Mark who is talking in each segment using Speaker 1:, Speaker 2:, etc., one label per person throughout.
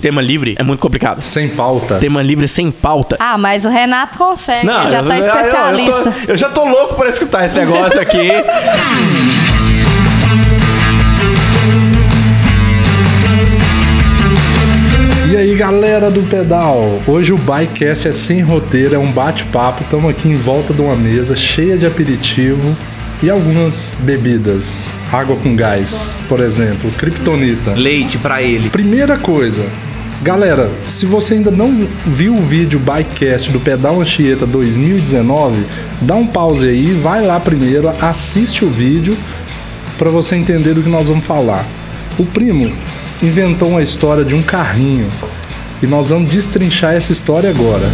Speaker 1: tema livre é muito complicado.
Speaker 2: Sem pauta.
Speaker 1: Tema livre sem pauta.
Speaker 3: Ah, mas o Renato consegue, ele já
Speaker 1: eu-
Speaker 3: tá
Speaker 1: eu- eu-
Speaker 3: especialista.
Speaker 1: Eu, tô- eu já tô louco pra escutar esse negócio aqui.
Speaker 2: E aí, galera do pedal? Hoje o Bikecast é sem roteiro, é um bate-papo. Estamos aqui em volta de uma mesa cheia de aperitivo e algumas bebidas. Água com gás, por exemplo, Kryptonita.
Speaker 4: Leite pra ele.
Speaker 2: Primeira coisa, galera, se você ainda não viu o vídeo Bikecast do Pedal Anchieta 2019, dá um pause aí, vai lá primeiro, assiste o vídeo para você entender do que nós vamos falar. O primo inventou uma história de um carrinho e nós vamos destrinchar essa história agora.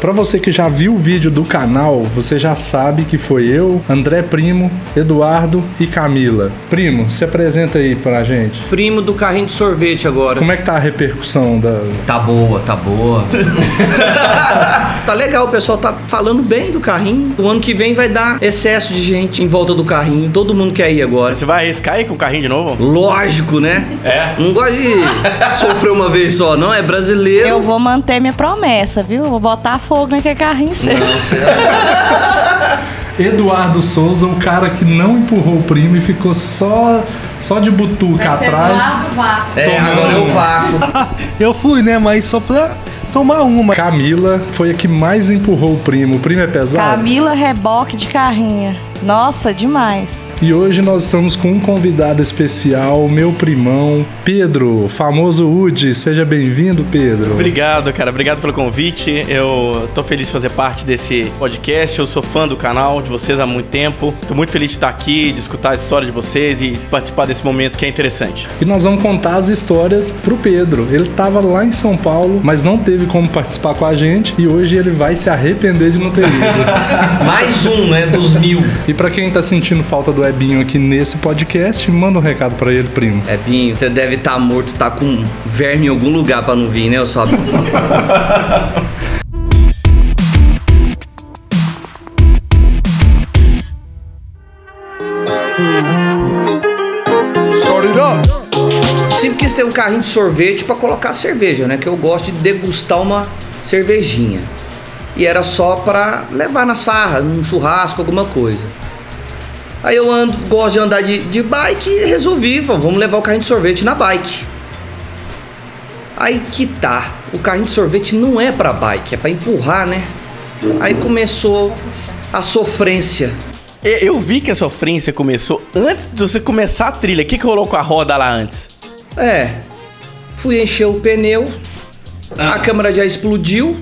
Speaker 2: Pra você que já viu o vídeo do canal, você já sabe que foi eu, André Primo, Eduardo e Camila. Primo, se apresenta aí pra gente.
Speaker 4: Primo do carrinho de sorvete agora.
Speaker 2: Como é que tá a repercussão da.
Speaker 4: Tá boa, tá boa. tá legal, o pessoal tá falando bem do carrinho. O ano que vem vai dar excesso de gente em volta do carrinho. Todo mundo quer ir agora.
Speaker 1: Você vai arriscar aí com o carrinho de novo?
Speaker 4: Lógico, né?
Speaker 1: É.
Speaker 4: Não gosta de sofrer uma vez só, não. É brasileiro.
Speaker 3: Eu vou manter minha promessa, viu? Vou botar fogo naquele carrinho seu.
Speaker 4: Não, será?
Speaker 2: Eduardo Souza, o cara que não empurrou o primo e ficou só, só de butuca
Speaker 3: Tá
Speaker 2: atrás.
Speaker 4: É, agora eu vaco.
Speaker 5: Eu fui, né? Mas só pra tomar uma.
Speaker 2: Camila foi a que mais empurrou o primo. O primo é pesado?
Speaker 3: Camila reboque de carrinha. Nossa, demais.
Speaker 2: E hoje nós estamos com um convidado especial, meu primão, Pedro, famoso Udi. Seja bem-vindo, Pedro.
Speaker 1: Obrigado, cara. Obrigado pelo convite. Eu tô feliz de fazer parte desse podcast. Eu sou fã do canal de vocês há muito tempo. Tô muito feliz de estar aqui, de escutar a história de vocês e participar desse momento que é interessante.
Speaker 2: E nós vamos contar as histórias pro Pedro. Ele tava lá em São Paulo, mas não teve como participar com a gente e hoje ele vai se arrepender de não ter ido.
Speaker 4: Mais um, né? Dos mil.
Speaker 2: e pra quem tá sentindo falta do Ebinho aqui nesse podcast, manda um recado pra ele, primo.
Speaker 4: É, Binho, você deve estar morto, tá com verme em algum lugar pra não vir, né? Eu só. Sempre quis ter um carrinho de sorvete pra colocar cerveja, né? Que eu gosto de degustar uma cervejinha. E era só pra levar nas farras, num churrasco, alguma coisa. Aí eu ando, gosto de andar de, de bike e resolvi, falei, vamos levar o carrinho de sorvete na bike. Aí que tá, o carrinho de sorvete não é pra bike, é pra empurrar, né? Aí começou a sofrência.
Speaker 1: E- Eu vi que a sofrência começou antes de você começar a trilha. O que, que rolou com a roda lá antes?
Speaker 4: É, fui encher o pneu,
Speaker 1: Ah.
Speaker 4: a câmera já explodiu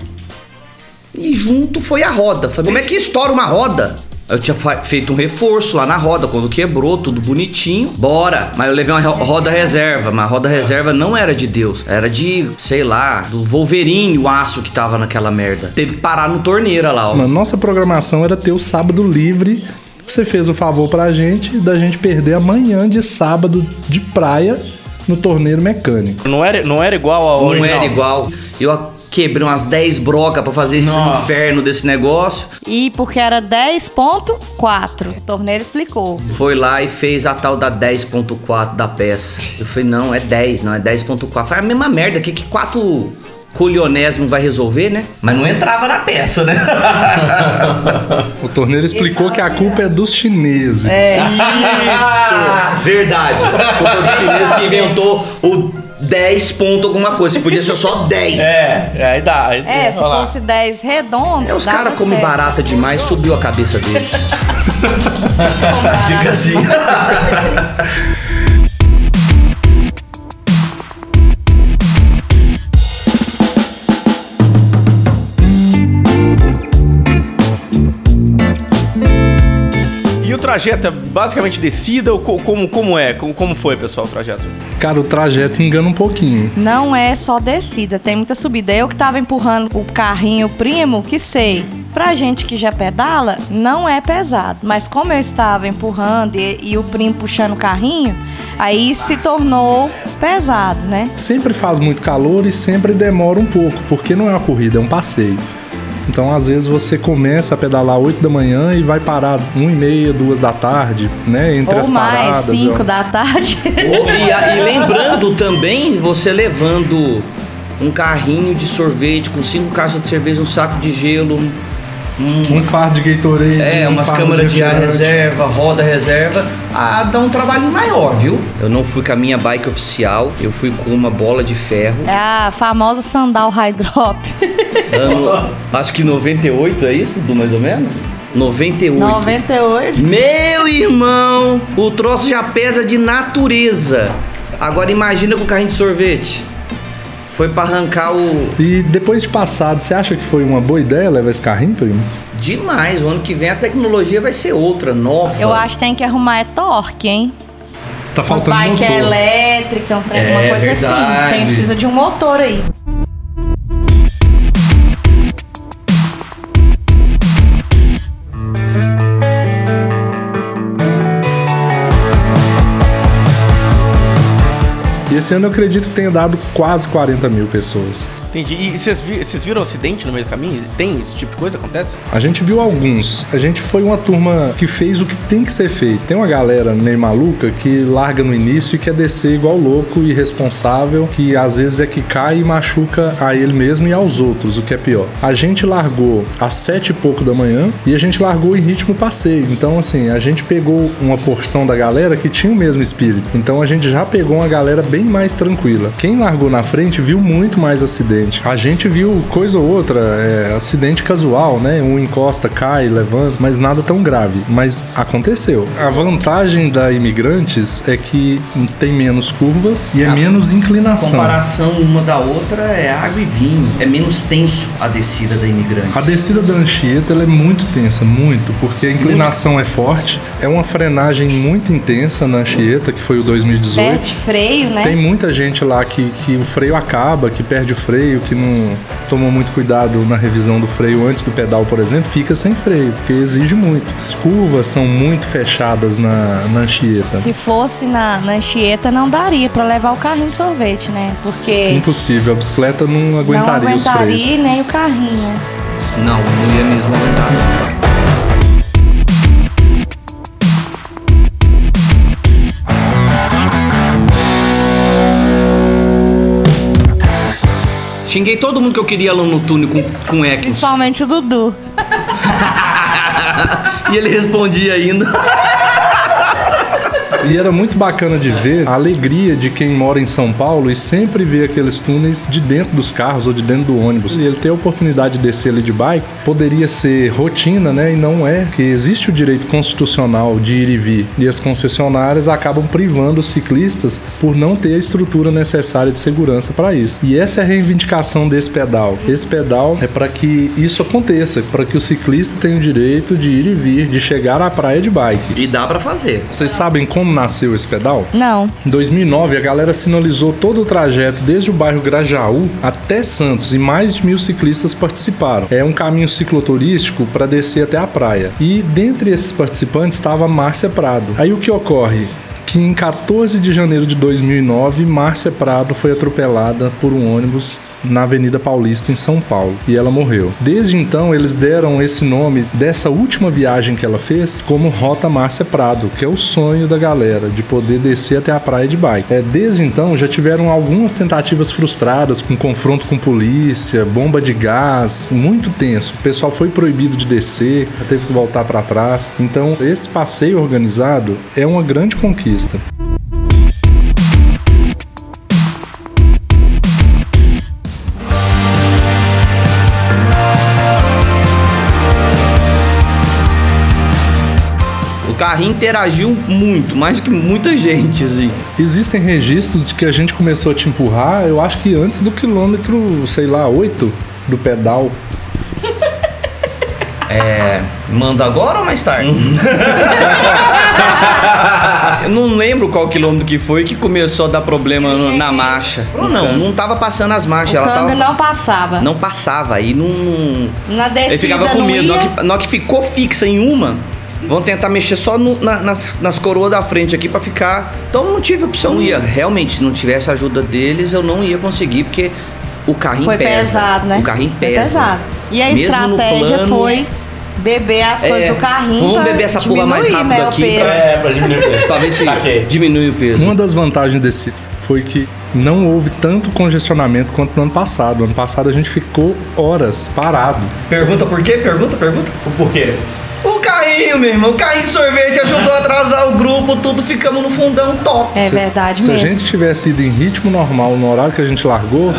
Speaker 4: e junto foi a roda. Falei, como é que estoura uma roda? Eu tinha fa- feito um reforço lá na roda, quando quebrou, tudo bonitinho. Bora! Mas eu levei uma ro- roda reserva, mas a roda reserva não era de Deus, era de, sei lá, do Wolverine, o aço que tava naquela merda. Teve que parar no torneira lá, ó.
Speaker 2: Mano, nossa programação era ter o sábado livre. Você fez o favor pra gente da gente perder amanhã de sábado de praia no torneiro mecânico.
Speaker 1: Não era, não era igual ao
Speaker 4: Não
Speaker 1: original?
Speaker 4: era igual. Eu quebrei umas 10 brocas pra fazer esse
Speaker 1: Nossa.
Speaker 4: inferno desse negócio.
Speaker 3: E porque era 10.4. O torneiro explicou.
Speaker 4: Foi lá e fez a tal da 10.4 da peça. Eu falei, não, é 10, não, é 10.4. Foi a mesma merda, que, que 4 colionés não vai resolver, né? Mas não entrava na peça, né?
Speaker 2: O torneiro explicou que a culpa é dos chineses.
Speaker 3: É.
Speaker 1: É.
Speaker 4: Isso! Verdade. O povo chinês que inventou o 10 ponto alguma coisa. Podia ser só 10.
Speaker 1: É, aí dá. aí-
Speaker 3: É, se
Speaker 1: olha lá.
Speaker 3: fosse 10 redondo.
Speaker 4: É, os
Speaker 3: dava
Speaker 4: caras comem
Speaker 3: certo.
Speaker 4: barata demais, subiu a cabeça deles. Fica assim.
Speaker 1: E o trajeto é basicamente descida ou co- como, como é? Como, como foi, pessoal, o trajeto?
Speaker 2: Cara, o trajeto engana um pouquinho.
Speaker 3: Não é só descida, tem muita subida. Eu que tava empurrando o carrinho primo, que sei. Pra gente que já pedala, não é pesado. Mas como eu estava empurrando e, e o primo puxando o carrinho, aí se tornou pesado, né?
Speaker 2: Sempre faz muito calor e sempre demora um pouco, porque não é uma corrida, é um passeio. Então, às vezes, você começa a pedalar 8 da manhã e vai parar 1 e meia, 2 da tarde, né? Entre as
Speaker 3: Ou mais,
Speaker 2: paradas.
Speaker 3: 5
Speaker 2: ó.
Speaker 3: da tarde.
Speaker 4: Ô, e, a- e lembrando também, você levando um carrinho de sorvete com cinco caixas de cerveja, um saco de gelo, um- um-
Speaker 2: Um fardo de Gatorade.
Speaker 4: é,
Speaker 2: um
Speaker 4: umas
Speaker 2: fardo
Speaker 4: câmaras de ar
Speaker 2: refrigerante.
Speaker 4: reserva, roda reserva, ah, dá um trabalho maior, viu? Eu não fui com a minha bike oficial, eu fui com uma bola de ferro,
Speaker 3: É a famosa sandal high drop.
Speaker 4: ano, acho que 98, é isso, Dudu, mais ou menos? 98.
Speaker 3: 98.
Speaker 4: Meu irmão, o troço já pesa de natureza. Agora imagina com o carrinho de sorvete. Foi pra arrancar o.
Speaker 2: E depois de passado, você acha que foi uma boa ideia levar esse carrinho, primo?
Speaker 4: Demais, o ano que vem a tecnologia vai ser outra, nova.
Speaker 3: Eu acho que tem que arrumar é torque, hein?
Speaker 2: Tá
Speaker 3: Uma
Speaker 2: faltando
Speaker 3: bike
Speaker 2: motor.
Speaker 3: é elétrica, um trem,
Speaker 4: É,
Speaker 3: uma coisa assim.
Speaker 4: verdade.
Speaker 3: Tem, precisa de um motor aí.
Speaker 2: E esse ano eu acredito que tenha dado quase 40 mil pessoas.
Speaker 1: Entendi. E vocês vi- vocês viram acidente no meio do caminho? Tem esse tipo de coisa? Acontece?
Speaker 2: A gente viu alguns. A gente foi uma turma que fez o que tem que ser feito. Tem uma galera meio maluca que larga no início e quer descer igual louco, irresponsável, que às vezes é que cai e machuca a ele mesmo e aos outros, o que é pior. A gente largou às sete e pouco da manhã e a gente largou em ritmo passeio. Então, assim, a gente pegou uma porção da galera que tinha o mesmo espírito. Então a gente já pegou uma galera bem mais tranquila. Quem largou na frente viu muito mais acidente. A gente viu coisa ou outra, é, acidente casual, né? Um encosta, cai, levanta, mas nada tão grave. Mas aconteceu. A vantagem da Imigrantes é que tem menos curvas e é
Speaker 4: Ah,
Speaker 2: menos inclinação.
Speaker 4: Comparação uma da outra é água e vinho. É menos tenso a descida da imigrante.
Speaker 2: A descida da Anchieta ela é muito tensa, muito, porque a inclinação é forte, é uma frenagem muito intensa na Anchieta, que foi o 2018.
Speaker 3: Perde freio, né?
Speaker 2: Tem muita gente lá que, que o freio acaba, que perde o freio, que não tomou muito cuidado na revisão do freio antes do pedal, por exemplo, fica sem freio, porque exige muito. As curvas são muito fechadas na, na Anchieta.
Speaker 3: Se fosse na, na Anchieta, não daria pra levar o carrinho de sorvete, né? Porque
Speaker 2: Impossível, a bicicleta não
Speaker 3: não
Speaker 2: aguentaria, os
Speaker 3: aguentaria
Speaker 2: freios.
Speaker 3: nem o carrinho.
Speaker 4: Não, não ia mesmo aguentar. Xinguei todo mundo que eu queria lá no túnel com, com Ekins.
Speaker 3: Principalmente o Dudu.
Speaker 4: E ele respondia ainda.
Speaker 2: E era muito bacana de ver a alegria de quem mora em São Paulo e sempre vê aqueles túneis de dentro dos carros ou de dentro do ônibus. E ele ter a oportunidade de descer ali de bike poderia ser rotina, né? E não é, porque existe o direito constitucional de ir e vir. E as concessionárias acabam privando os ciclistas por não ter a estrutura necessária de segurança para isso. E essa é a reivindicação desse pedal. Esse pedal é para que isso aconteça, para que o ciclista tenha o direito de ir e vir, de chegar à praia de bike.
Speaker 4: E dá pra fazer.
Speaker 2: Vocês sabem como nasceu esse pedal?
Speaker 3: Não.
Speaker 2: Em 2009, a galera sinalizou todo o trajeto desde o bairro Grajaú até Santos e mais de mil ciclistas participaram. É um caminho cicloturístico para descer até a praia. E dentre esses participantes estava Márcia Prado. Aí o que ocorre? Que em 14 de janeiro de 2009, Márcia Prado foi atropelada por um ônibus na Avenida Paulista, em São Paulo, e ela morreu. Desde então, eles deram esse nome dessa última viagem que ela fez como Rota Márcia Prado, que é o sonho da galera, de poder descer até a praia de bike. É, desde então, já tiveram algumas tentativas frustradas, com confronto com polícia, bomba de gás, muito tenso. O pessoal foi proibido de descer, teve que voltar para trás. Então, esse passeio organizado é uma grande conquista.
Speaker 4: O carrinho interagiu muito, mais que muita gente, assim.
Speaker 2: Existem registros de que a gente começou a te empurrar, eu acho que antes do quilômetro, sei lá, 8 do pedal.
Speaker 4: É. Manda agora ou mais tarde? Eu não lembro qual quilômetro que foi que começou a dar problema no- na marcha. Não, não, não tava passando as
Speaker 3: O
Speaker 4: marchas. Ela
Speaker 3: câmbio
Speaker 4: tava.
Speaker 3: não passava.
Speaker 4: Não passava, aí não.
Speaker 3: Na descida
Speaker 4: Ele ficava com
Speaker 3: não
Speaker 4: medo. Na
Speaker 3: ia.
Speaker 4: hora que, na hora que ficou fixa em uma, Vão tentar mexer só no- na- nas, nas coroas da frente aqui pra ficar. Então eu não tive opção. Não ia.
Speaker 3: Hum.
Speaker 4: Realmente, se não tivesse a ajuda deles, eu não ia conseguir, porque o carrinho
Speaker 3: Foi
Speaker 4: pesa.
Speaker 3: pesado, né?
Speaker 4: O carrinho
Speaker 3: Foi
Speaker 4: pesa.
Speaker 3: pesado. E a
Speaker 4: Mesmo no
Speaker 3: estratégia
Speaker 4: plano-
Speaker 3: foi beber as coisas
Speaker 4: É,
Speaker 3: do carrinho.
Speaker 4: vamos
Speaker 3: pra
Speaker 4: beber essa porra mais
Speaker 3: diminuir,
Speaker 4: rápido
Speaker 3: né,
Speaker 4: aqui
Speaker 3: O peso.
Speaker 1: É, pra diminuir o peso.
Speaker 4: Pra ver se
Speaker 1: Saquei.
Speaker 4: diminui o peso.
Speaker 2: Uma das vantagens desse foi que não houve tanto congestionamento quanto no ano passado. No ano passado a gente ficou horas parado.
Speaker 4: Pergunta por quê? Pergunta, pergunta.
Speaker 1: Por quê?
Speaker 4: O carrinho, meu irmão. O carrinho de sorvete ajudou a atrasar o grupo, tudo ficamos no fundão top.
Speaker 3: É
Speaker 2: Se-
Speaker 3: verdade
Speaker 2: se
Speaker 3: mesmo.
Speaker 2: a gente tivesse ido em ritmo normal no horário que a gente largou,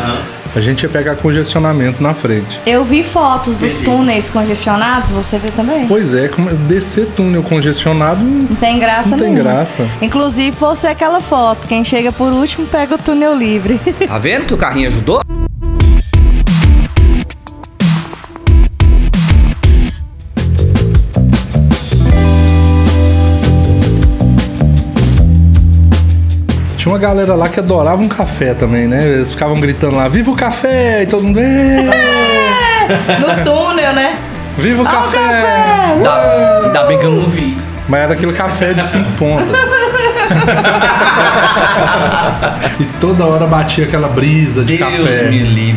Speaker 2: a gente ia pegar congestionamento na frente.
Speaker 3: Eu vi fotos dos
Speaker 1: Entendi.
Speaker 3: túneis congestionados, você viu também?
Speaker 2: Pois é, como- descer túnel congestionado
Speaker 3: Não tem graça
Speaker 2: Não tem
Speaker 3: nenhuma.
Speaker 2: graça.
Speaker 3: Inclusive, você é aquela foto. Quem chega por último pega o túnel livre.
Speaker 4: Tá vendo que o carrinho ajudou?
Speaker 2: Tinha uma galera lá que adorava um café também, né? Eles ficavam gritando lá, viva o café! E todo mundo, "É,
Speaker 3: no túnel, né?
Speaker 2: viva o
Speaker 3: Ah, o
Speaker 2: café!
Speaker 3: café!
Speaker 4: Ainda, ainda bem que eu não vi.
Speaker 2: Mas era aquele café de cinco pontas. e toda hora batia aquela brisa de café.
Speaker 4: livre.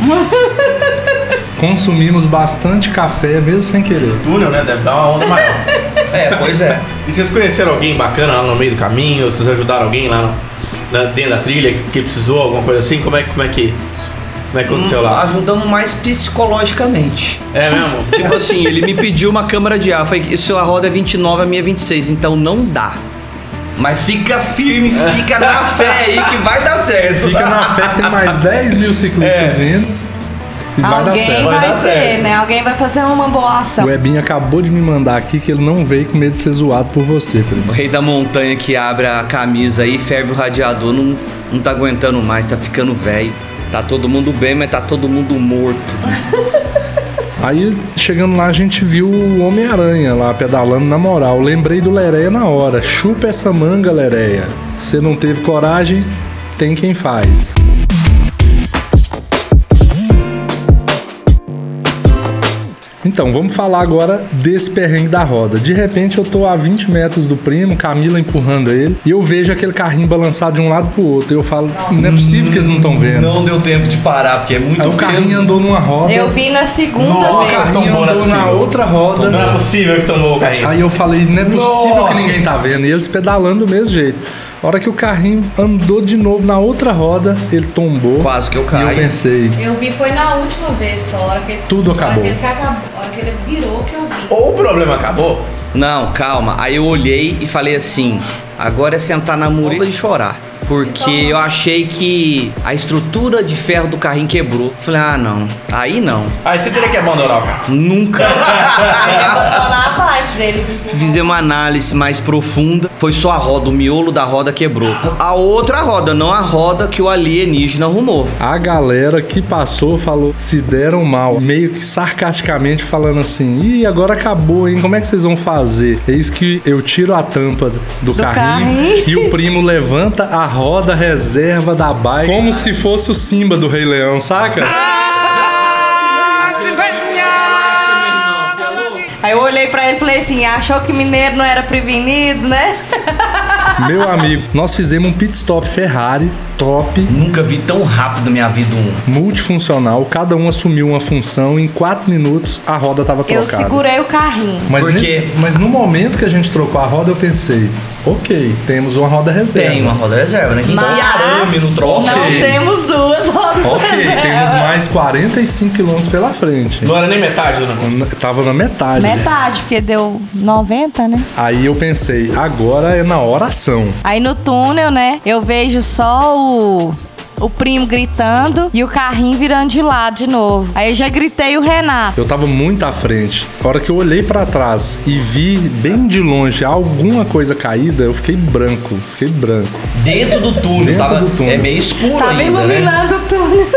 Speaker 2: Consumimos bastante café, mesmo sem querer.
Speaker 1: Túnel, né? Deve dar uma onda maior.
Speaker 4: É, pois é.
Speaker 1: E vocês conheceram alguém bacana lá no meio do caminho? Vocês ajudaram alguém lá no- na- dentro da trilha que, que precisou, alguma coisa assim? Como é, que- como é que. Como é que aconteceu lá?
Speaker 4: Ajudamos mais psicologicamente.
Speaker 1: É mesmo?
Speaker 4: Tipo assim, ele me pediu uma câmera de ar. Falei, "E sua roda é 29, a minha é 26, então não dá. Mas fica firme, fica na fé aí que vai dar certo.
Speaker 2: Fica na fé, tem mais 10 mil ciclistas vindo. E vai dar
Speaker 3: Alguém tá-
Speaker 2: certo.
Speaker 3: vai,
Speaker 1: Vai dar
Speaker 3: ter,
Speaker 1: certo.
Speaker 3: né? Alguém vai fazer uma boa ação.
Speaker 2: O Ebinho acabou de me mandar aqui que ele não veio com medo de ser zoado por você, primo.
Speaker 4: O rei da montanha que abre a camisa aí, ferve o radiador, não, não tá aguentando mais, tá ficando velho. Tá todo mundo bem, mas tá todo mundo morto.
Speaker 2: Aí, chegando lá, a gente viu o Homem-Aranha lá pedalando na moral. Lembrei do Lereia na hora. Chupa essa manga, Lereia. Você não teve coragem, tem quem faz. Então, vamos falar agora desse perrengue da roda. De repente, eu tô a 20 metros do primo, Camila empurrando ele, e eu vejo aquele carrinho balançar de um lado pro outro. E eu falo, não é possível que eles não estão vendo.
Speaker 4: deu tempo de parar, porque é muito
Speaker 2: Aí o carrinho andou numa roda.
Speaker 3: Eu vi na segunda
Speaker 1: Nossa,
Speaker 3: vez.
Speaker 1: Não,
Speaker 2: Aí
Speaker 1: não era
Speaker 2: andou na
Speaker 1: possível.
Speaker 2: outra
Speaker 1: Não é
Speaker 2: roda.
Speaker 1: possível que tomou o carrinho.
Speaker 2: Aí eu falei, não é possível
Speaker 1: Nossa.
Speaker 2: que ninguém tá vendo. E eles pedalando do mesmo jeito. A hora que o carrinho andou de novo na outra roda, ele tombou.
Speaker 4: Quase que eu
Speaker 2: E eu
Speaker 4: caio.
Speaker 2: pensei,
Speaker 3: Eu vi foi na última vez só, a hora que ele,
Speaker 2: Tudo acabou.
Speaker 3: A hora que ele, acabou- a hora que ele virou que eu vi.
Speaker 1: Ou o problema acabou,
Speaker 4: Não, calma. Aí eu olhei e falei assim: agora é sentar na mureta e chorar. Porque eu achei que a estrutura de ferro do carrinho quebrou. Falei, ah, não. Aí não.
Speaker 1: aí você teria que abandonar o carro.
Speaker 4: Nunca.
Speaker 3: Aí abandonar a parte dele.
Speaker 4: Fizemos uma análise mais profunda. Foi só a roda, o miolo da roda quebrou. A outra roda, não a roda que o alienígena arrumou.
Speaker 2: a galera que passou falou, se deram mal. Meio que sarcasticamente falando assim, ih, agora acabou, hein? Como é que vocês vão fazer? Eis que eu tiro a tampa do, carrinho,
Speaker 3: carrinho.
Speaker 2: e o primo levanta a roda reserva da bike. Como se fosse o Simba do Rei Leão, saca?
Speaker 3: Aí eu olhei pra ele e falei assim, achou que mineiro não era prevenido, né?
Speaker 2: Meu amigo, nós fizemos um pit stop Ferrari top,
Speaker 4: Nunca vi tão rápido na minha vida um.
Speaker 2: multifuncional, cada um assumiu uma função, em quatro minutos a roda tava
Speaker 3: Eu
Speaker 2: trocada.
Speaker 3: segurei o carrinho.
Speaker 2: Mas,
Speaker 4: Por quê?
Speaker 2: nesse- mas no momento que a gente trocou a roda, eu pensei, ok, temos uma roda reserva.
Speaker 4: Tem uma roda reserva, né? Que
Speaker 3: Mas
Speaker 4: arame no troço.
Speaker 3: não temos duas rodas
Speaker 2: Ok,
Speaker 3: reservas.
Speaker 2: temos mais 45 quilômetros pela frente.
Speaker 1: Não era nem metade, dona. Ruth.
Speaker 2: Na- Tava na metade. né?
Speaker 3: Metade, porque deu 90, né?
Speaker 2: Aí eu pensei, agora é na oração.
Speaker 3: Aí no túnel, né, eu vejo só o, o primo gritando e o carrinho virando de lado de novo. Aí eu já gritei o Renato.
Speaker 2: Eu tava muito à frente. A hora que eu olhei pra trás e vi bem de longe alguma coisa caída, eu fiquei branco, fiquei branco.
Speaker 4: Dentro do túnel.
Speaker 2: Dentro
Speaker 4: tava,
Speaker 2: do túnel.
Speaker 3: Tá
Speaker 4: É meio escuro
Speaker 3: Tava
Speaker 4: ainda, né?
Speaker 3: iluminando o túnel.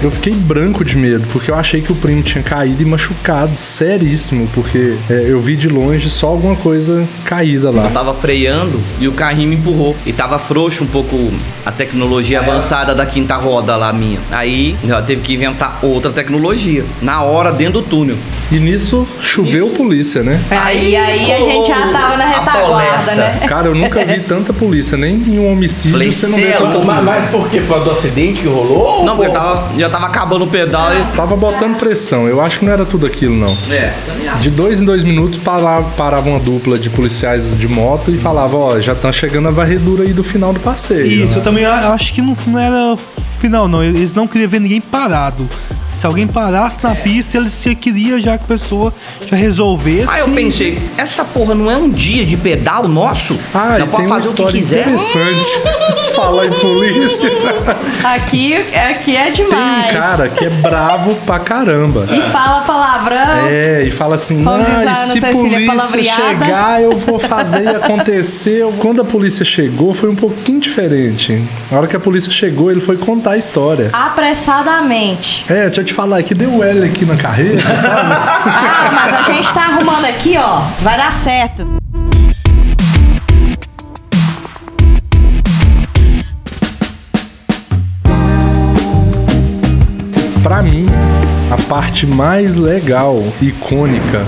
Speaker 2: Eu fiquei branco de medo, porque eu achei que o primo tinha caído e machucado, seríssimo, porque é, eu vi de longe só alguma coisa caída lá.
Speaker 4: Eu tava freando e o carrinho me empurrou. E tava frouxo um pouco a
Speaker 2: É.
Speaker 4: tecnologia avançada da quinta roda lá minha. Aí ela teve que inventar outra tecnologia. Na hora, dentro do túnel.
Speaker 2: E nisso choveu polícia, né?
Speaker 3: Aí, aí a gente já tava na
Speaker 4: A
Speaker 3: retaguarda,
Speaker 4: polessa.
Speaker 3: né?
Speaker 2: Cara, eu nunca vi tanta polícia, nem em um homicídio
Speaker 4: Falei,
Speaker 2: você não vê
Speaker 4: "Cê é
Speaker 2: tanta
Speaker 4: louco."
Speaker 1: Mas, mas por quê? Por causa do acidente que rolou?
Speaker 4: Não,
Speaker 1: Ou-
Speaker 4: porque eu tava, já tava acabando o pedal. E...
Speaker 2: Tava botando pressão, eu acho que não era tudo aquilo, não.
Speaker 4: É,
Speaker 2: De dois em dois minutos parava, parava uma dupla de policiais de moto e falava, ó, já tá chegando a varredura aí do final do passeio.
Speaker 5: Isso, eu
Speaker 2: né?
Speaker 5: também a- acho que não, não era final, não. Eles não queriam ver ninguém parado. Se alguém parasse
Speaker 4: É.
Speaker 5: na pista, eles se queria já que a pessoa já resolvesse.
Speaker 4: Aí Ah, eu pensei, essa porra não é um dia de pedal nosso?
Speaker 2: Ah, e
Speaker 4: não
Speaker 2: tem
Speaker 4: pode
Speaker 2: uma
Speaker 4: fazer o que
Speaker 2: história
Speaker 4: quiser.
Speaker 2: interessante. Fala em polícia.
Speaker 3: Aqui, aqui é
Speaker 2: Tem um
Speaker 3: demais.
Speaker 2: cara que é bravo pra caramba.
Speaker 3: E fala palavrão.
Speaker 2: É, e fala assim,
Speaker 3: Então, Vamos dizer,
Speaker 2: ah,
Speaker 3: Ana
Speaker 2: e se
Speaker 3: Cecília,
Speaker 2: polícia
Speaker 3: é palavreada."
Speaker 2: chegar, eu vou fazer e aconteceu. Quando a polícia chegou, foi um pouquinho diferente. Na hora que a polícia chegou, ele foi contar a história.
Speaker 3: Apressadamente.
Speaker 2: É, deixa eu te falar, é que deu L aqui na carreira, sabe?
Speaker 3: Ah, mas a gente tá arrumando aqui, ó. Vai dar certo.
Speaker 2: Então, pra mim, a parte mais legal, icônica,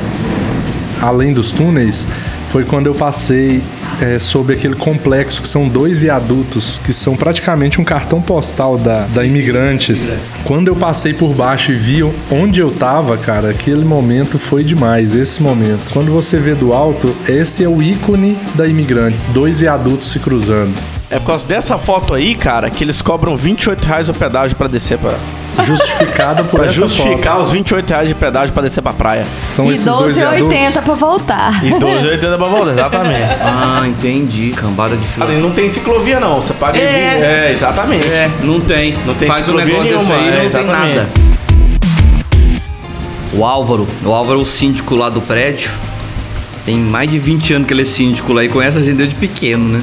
Speaker 2: além dos túneis, foi quando eu passei é, sobre aquele complexo que são dois viadutos, que são praticamente um cartão postal da, da Imigrantes. Quando eu passei por baixo e vi onde eu tava, cara, aquele momento foi demais, esse momento. Quando você vê do alto, esse é o ícone da Imigrantes, dois viadutos se cruzando.
Speaker 1: É por causa dessa foto aí, cara, que eles cobram 28 reais o pedágio pra descer pra...
Speaker 2: Justificado por
Speaker 1: Pra
Speaker 2: essa
Speaker 1: justificar
Speaker 2: foto.
Speaker 1: os 28 reais de pedágio pra descer pra praia.
Speaker 2: São
Speaker 3: e
Speaker 2: esses dois viadutos.
Speaker 3: 12,80 pra voltar.
Speaker 1: E 2,80 pra volta, exatamente.
Speaker 4: Ah, entendi. Cambada de
Speaker 1: Ali
Speaker 4: filho.
Speaker 1: não tem ciclovia, não. Você paga.
Speaker 4: É.
Speaker 1: exi- é exatamente.
Speaker 4: É, não tem.
Speaker 1: Não tem
Speaker 4: Faz um
Speaker 1: ciclovia
Speaker 4: negócio desse aí,
Speaker 1: nenhuma,
Speaker 4: não
Speaker 1: é,
Speaker 4: tem
Speaker 1: exatamente.
Speaker 4: nada. O Álvaro, o Álvaro é o síndico lá do prédio. Tem mais de 20 anos que ele é síndico lá e conhece a gente desde pequeno, né?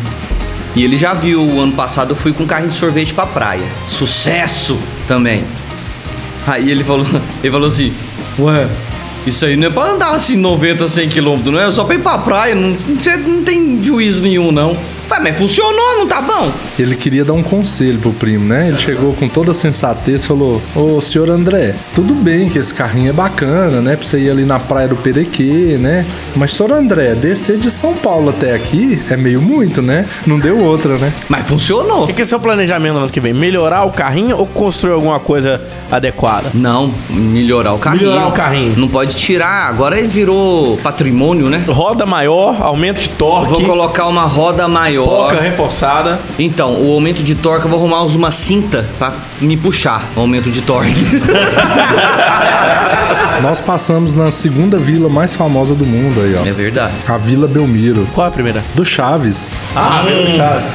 Speaker 4: E ele já viu, o ano passado eu fui com um carrinho de sorvete pra praia. Sucesso também. Aí ele falou, ele falou assim, ué, isso aí não é pra andar assim 90, 100 quilômetros, não é? É Só pra ir pra praia, não, você não tem juízo nenhum, não. Falei, mas funcionou, não tá bom?
Speaker 2: Ele queria dar um conselho pro primo, né? Ele chegou com toda a sensatez e falou: Ô, senhor André, tudo bem que esse carrinho é bacana, né? Pra você ir ali na praia do Perequê, né? Mas, senhor André, descer de São Paulo até aqui é meio muito, né? Não deu outra, né?
Speaker 4: Mas funcionou.
Speaker 1: O que que é seu planejamento no ano que vem? Melhorar o carrinho ou construir alguma coisa adequada?
Speaker 4: Não, melhorar o carrinho.
Speaker 1: Melhorar o carrinho.
Speaker 4: Não pode tirar. Agora ele virou patrimônio, né?
Speaker 1: Roda maior, aumento de
Speaker 4: Vou
Speaker 1: torque,
Speaker 4: colocar uma roda maior.
Speaker 1: boca reforçada.
Speaker 4: Então, o aumento de torque, eu vou arrumar uns- uma cinta pra me puxar o aumento de torque.
Speaker 2: Nós passamos na segunda vila mais famosa do mundo aí,
Speaker 4: é
Speaker 2: ó.
Speaker 4: verdade.
Speaker 2: A Vila Belmiro,
Speaker 1: Qual é a primeira?
Speaker 2: do Chaves.
Speaker 1: Ah, meu Chaves.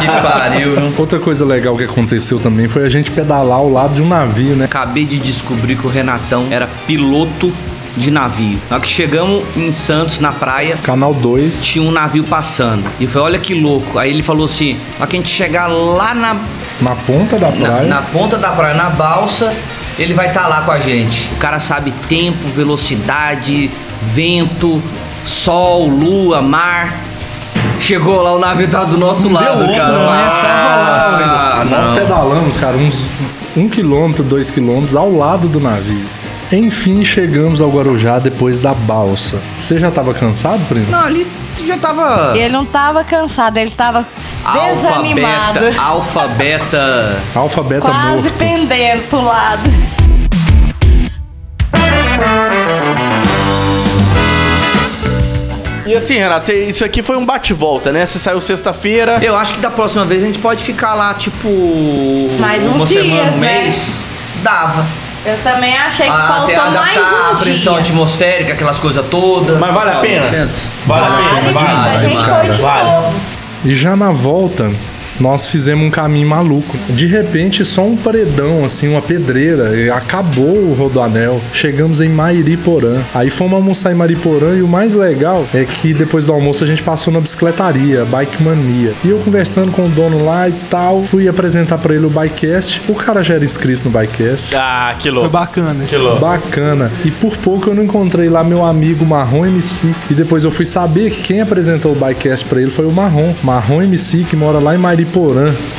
Speaker 4: Que pariu, viu?
Speaker 2: Outra coisa legal que aconteceu também foi a gente pedalar ao lado de um navio, né?
Speaker 4: Acabei de descobrir que o Renatão era piloto de navio. Na hora que chegamos em Santos, na praia,
Speaker 2: Canal 2.
Speaker 4: tinha um navio passando. E foi, olha que louco. Aí ele falou assim, a que a gente chegar lá na
Speaker 2: Na ponta da
Speaker 4: Na,
Speaker 2: praia.
Speaker 4: na ponta da praia, na balsa, ele vai estar lá com a gente. O cara sabe tempo, velocidade, vento, sol, lua, mar. Chegou lá, o navio tá do nosso lado,
Speaker 5: outro,
Speaker 4: cara.
Speaker 5: né? Tava
Speaker 4: Ah,
Speaker 2: Nós
Speaker 4: não.
Speaker 2: pedalamos, cara, uns um quilômetro, dois quilômetros ao lado do navio. Enfim, chegamos ao Guarujá depois da balsa. Você já tava cansado, primo?
Speaker 4: Não, ali já tava.
Speaker 3: Ele não tava cansado, ele tava desanimado.
Speaker 4: Alfabeta, alfabeta.
Speaker 2: Alfa, beta,
Speaker 3: Quase
Speaker 2: morto.
Speaker 3: pendendo pro lado.
Speaker 1: E assim, Renato, cê- isso aqui foi um bate-volta, né? Você saiu sexta-feira.
Speaker 4: Eu acho que da próxima vez a gente pode ficar lá, tipo.
Speaker 3: Mais
Speaker 4: uma
Speaker 3: uns
Speaker 4: semana,
Speaker 3: dias,
Speaker 4: um
Speaker 3: né?
Speaker 4: mês. Dava.
Speaker 3: Eu também achei que
Speaker 4: Ah,
Speaker 3: faltou
Speaker 4: até adaptar
Speaker 3: mais
Speaker 4: a
Speaker 3: um
Speaker 4: pressão
Speaker 3: dia.
Speaker 4: atmosférica, aquelas coisas todas.
Speaker 1: Mas vale a
Speaker 4: Ah,
Speaker 1: pena?
Speaker 4: 900.
Speaker 1: Vale,
Speaker 3: Vale,
Speaker 1: a pena,
Speaker 3: disso,
Speaker 1: vale.
Speaker 3: a gente
Speaker 2: vale,
Speaker 3: foi de
Speaker 1: vale.
Speaker 3: novo.
Speaker 2: E já na volta, nós fizemos um caminho maluco. De repente, só um predão, assim, uma pedreira, e acabou o rodoanel. Chegamos em Mairiporã. Aí fomos almoçar em Mariporã e o mais legal é que depois do almoço a gente passou na bicicletaria, Bike Mania. E eu conversando com o dono lá e tal, fui apresentar pra ele o Bikecast. O cara já era inscrito no Bikecast.
Speaker 1: Ah, que
Speaker 5: Foi
Speaker 1: louco.
Speaker 5: bacana. assim.
Speaker 1: Que
Speaker 5: Isso.
Speaker 1: louco.
Speaker 2: Bacana. E por pouco eu não encontrei lá meu amigo Marrom MC. E depois eu fui saber que quem apresentou o Bikecast pra ele foi o Marrom. Marrom MC, que mora lá em Mariporã.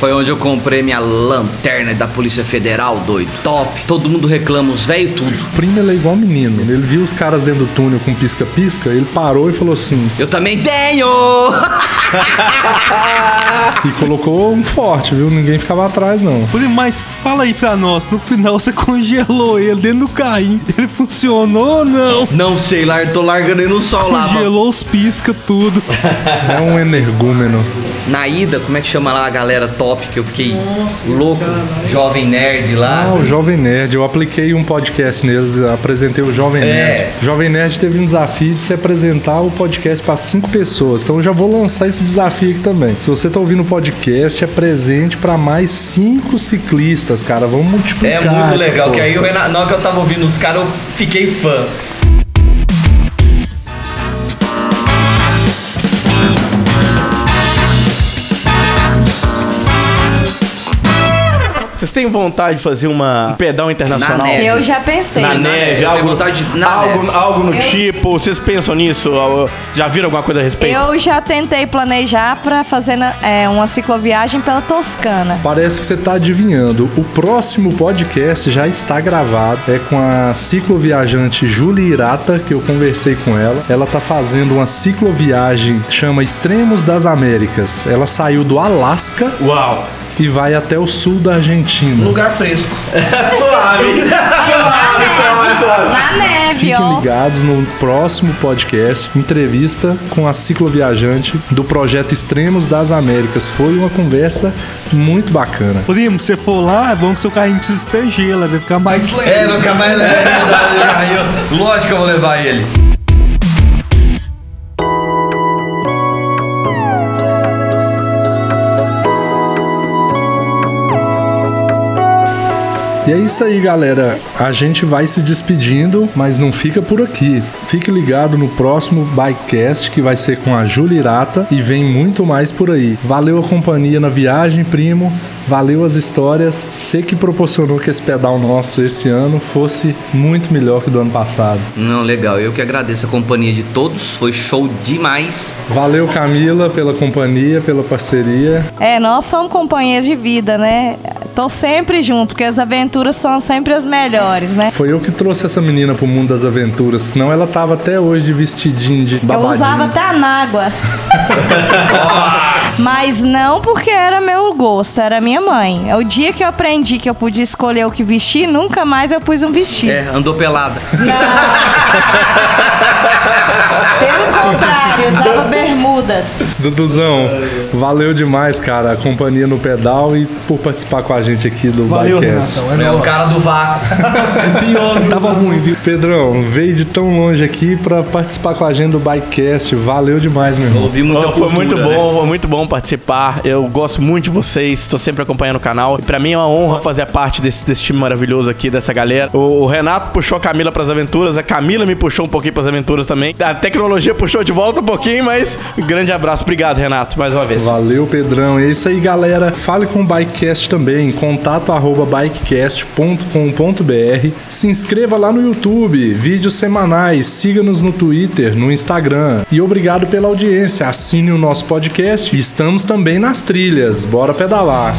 Speaker 4: Foi onde eu comprei minha lanterna da Polícia Federal, doido. Top. Todo mundo reclama, os velhos tudo.
Speaker 2: Primo, ele é igual menino. Ele viu os caras dentro do túnel com pisca-pisca, ele parou e falou assim.
Speaker 4: Eu também tenho!
Speaker 2: E colocou um forte, viu? Ninguém ficava atrás, não.
Speaker 5: Falei, Mas fala aí pra nós, no final você congelou ele dentro do carrinho. Ele funcionou ou não?
Speaker 4: Não sei lá, eu tô largando ele no sol lá. mano.
Speaker 5: Congelou os pisca, tudo.
Speaker 2: É um energúmeno.
Speaker 4: Na ida, como é que chama lá a galera top que eu fiquei louco? Jovem nerd lá.
Speaker 2: Ah, o Jovem Nerd. Eu apliquei um podcast neles, apresentei o Jovem Nerd.
Speaker 4: É.
Speaker 2: Jovem Nerd teve um desafio de se apresentar o podcast para cinco pessoas. Então eu já vou lançar esse desafio aqui também. Se você tá ouvindo o podcast, apresente para mais cinco ciclistas, cara. Vamos multiplicar.
Speaker 4: É muito
Speaker 2: essa
Speaker 4: legal, que aí eu,
Speaker 2: força.
Speaker 4: na hora que eu tava ouvindo os caras, eu fiquei fã.
Speaker 1: Vocês têm vontade de fazer uma um pedal internacional?
Speaker 4: Na neve.
Speaker 3: Eu já pensei.
Speaker 1: Na
Speaker 4: Na
Speaker 1: neve,
Speaker 4: neve, eu
Speaker 1: algo,
Speaker 4: tenho vontade de- na
Speaker 1: algo,
Speaker 4: neve.
Speaker 1: algo no
Speaker 3: Eu-
Speaker 1: tipo. Vocês pensam nisso? Já viram alguma coisa a respeito?
Speaker 3: Eu já tentei planejar pra fazer na- é, uma cicloviagem pela Toscana.
Speaker 2: Parece que você tá adivinhando. O próximo podcast já está gravado. É com a cicloviajante Júlia Irata, que eu conversei com ela. Ela tá fazendo uma cicloviagem que chama Extremos das Américas. Ela saiu do Alasca
Speaker 1: Uau!
Speaker 2: e vai até o sul da
Speaker 1: Um
Speaker 2: Argentina.
Speaker 4: Lugar fresco.
Speaker 1: suave!
Speaker 4: Ah,
Speaker 1: suave, suave, suave!
Speaker 3: Na neve,
Speaker 2: Fiquem
Speaker 3: ó.
Speaker 2: ligados no próximo podcast, entrevista com a cicloviajante do projeto Extremos das Américas. Foi uma conversa muito bacana.
Speaker 5: Primo, se você for lá, é bom que seu carrinho precisa ter gelo, vai ficar mais leve.
Speaker 4: É, vai ficar mais leve. Aí eu- Lógico que eu vou levar ele.
Speaker 2: E é isso aí, galera. A gente vai se despedindo, mas não fica por aqui. Fique ligado no próximo Bikecast, que vai ser com a Júlia Irata, e vem muito mais por aí. Valeu a companhia na viagem, primo. Valeu as histórias. Você que proporcionou que esse pedal nosso esse ano fosse muito melhor que do ano passado.
Speaker 4: Não, legal. Eu que agradeço a companhia de todos. Foi show demais.
Speaker 2: Valeu, Camila, pela companhia, pela parceria.
Speaker 3: É, nós somos companheiros de vida, né? Tô sempre junto, porque as aventuras são sempre as melhores, né?
Speaker 2: Foi eu que trouxe essa menina pro mundo das aventuras, senão ela tava até hoje de vestidinho de babadinho.
Speaker 3: Eu usava até a nágua. Mas não porque era meu gosto, era minha mãe. É o dia que eu aprendi que eu podia escolher o que vestir, nunca mais eu pus um vestido.
Speaker 4: É, andou pelada.
Speaker 3: Pelo contrário, eu usava bermudas.
Speaker 2: Duduzão, valeu demais, cara, a companhia no pedal e por participar com a gente aqui do
Speaker 5: Valeu,
Speaker 2: Bikecast.
Speaker 5: Renatão. É,
Speaker 4: É o
Speaker 5: nóis.
Speaker 4: cara do vácuo.
Speaker 5: Pior, tava ruim, viu?
Speaker 2: Pedrão, veio de tão longe aqui pra participar com a gente do Bikecast. Valeu demais, meu irmão.
Speaker 4: Ouvi muita
Speaker 1: Então, foi
Speaker 4: cultura,
Speaker 1: muito
Speaker 4: né?
Speaker 1: bom, foi muito bom participar. Eu gosto muito de vocês, estou sempre acompanhando o canal. E pra mim é uma honra fazer parte desse, desse time maravilhoso aqui, dessa galera. O, o Renato puxou a Camila pras aventuras, a Camila me puxou um pouquinho pras aventuras também. A tecnologia puxou de volta um pouquinho, mas um grande abraço. Obrigado, Renato, mais uma vez.
Speaker 2: Valeu, Pedrão. É isso aí, galera. Fale com o Bikecast também. Contato arroba bikecast.com.br. Se inscreva lá no YouTube. Vídeos semanais. Siga-nos no Twitter, no Instagram. E obrigado pela audiência. Assine o nosso podcast. E Estamos também nas trilhas. Bora pedalar.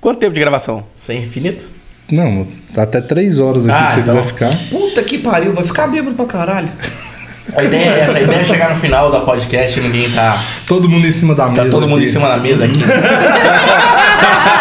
Speaker 1: Quanto tempo de gravação? Sem infinito?
Speaker 2: Não, tá até três horas aqui
Speaker 1: Ah,
Speaker 2: se você
Speaker 1: então.
Speaker 2: quiser ficar.
Speaker 4: Puta que pariu, vai ficar bêbado pra caralho.
Speaker 1: A ideia é essa, a ideia é chegar no final da podcast e ninguém tá.
Speaker 2: Todo mundo em cima da
Speaker 1: Tá
Speaker 2: mesa.
Speaker 1: todo mundo em
Speaker 2: aqui.
Speaker 1: cima da mesa aqui.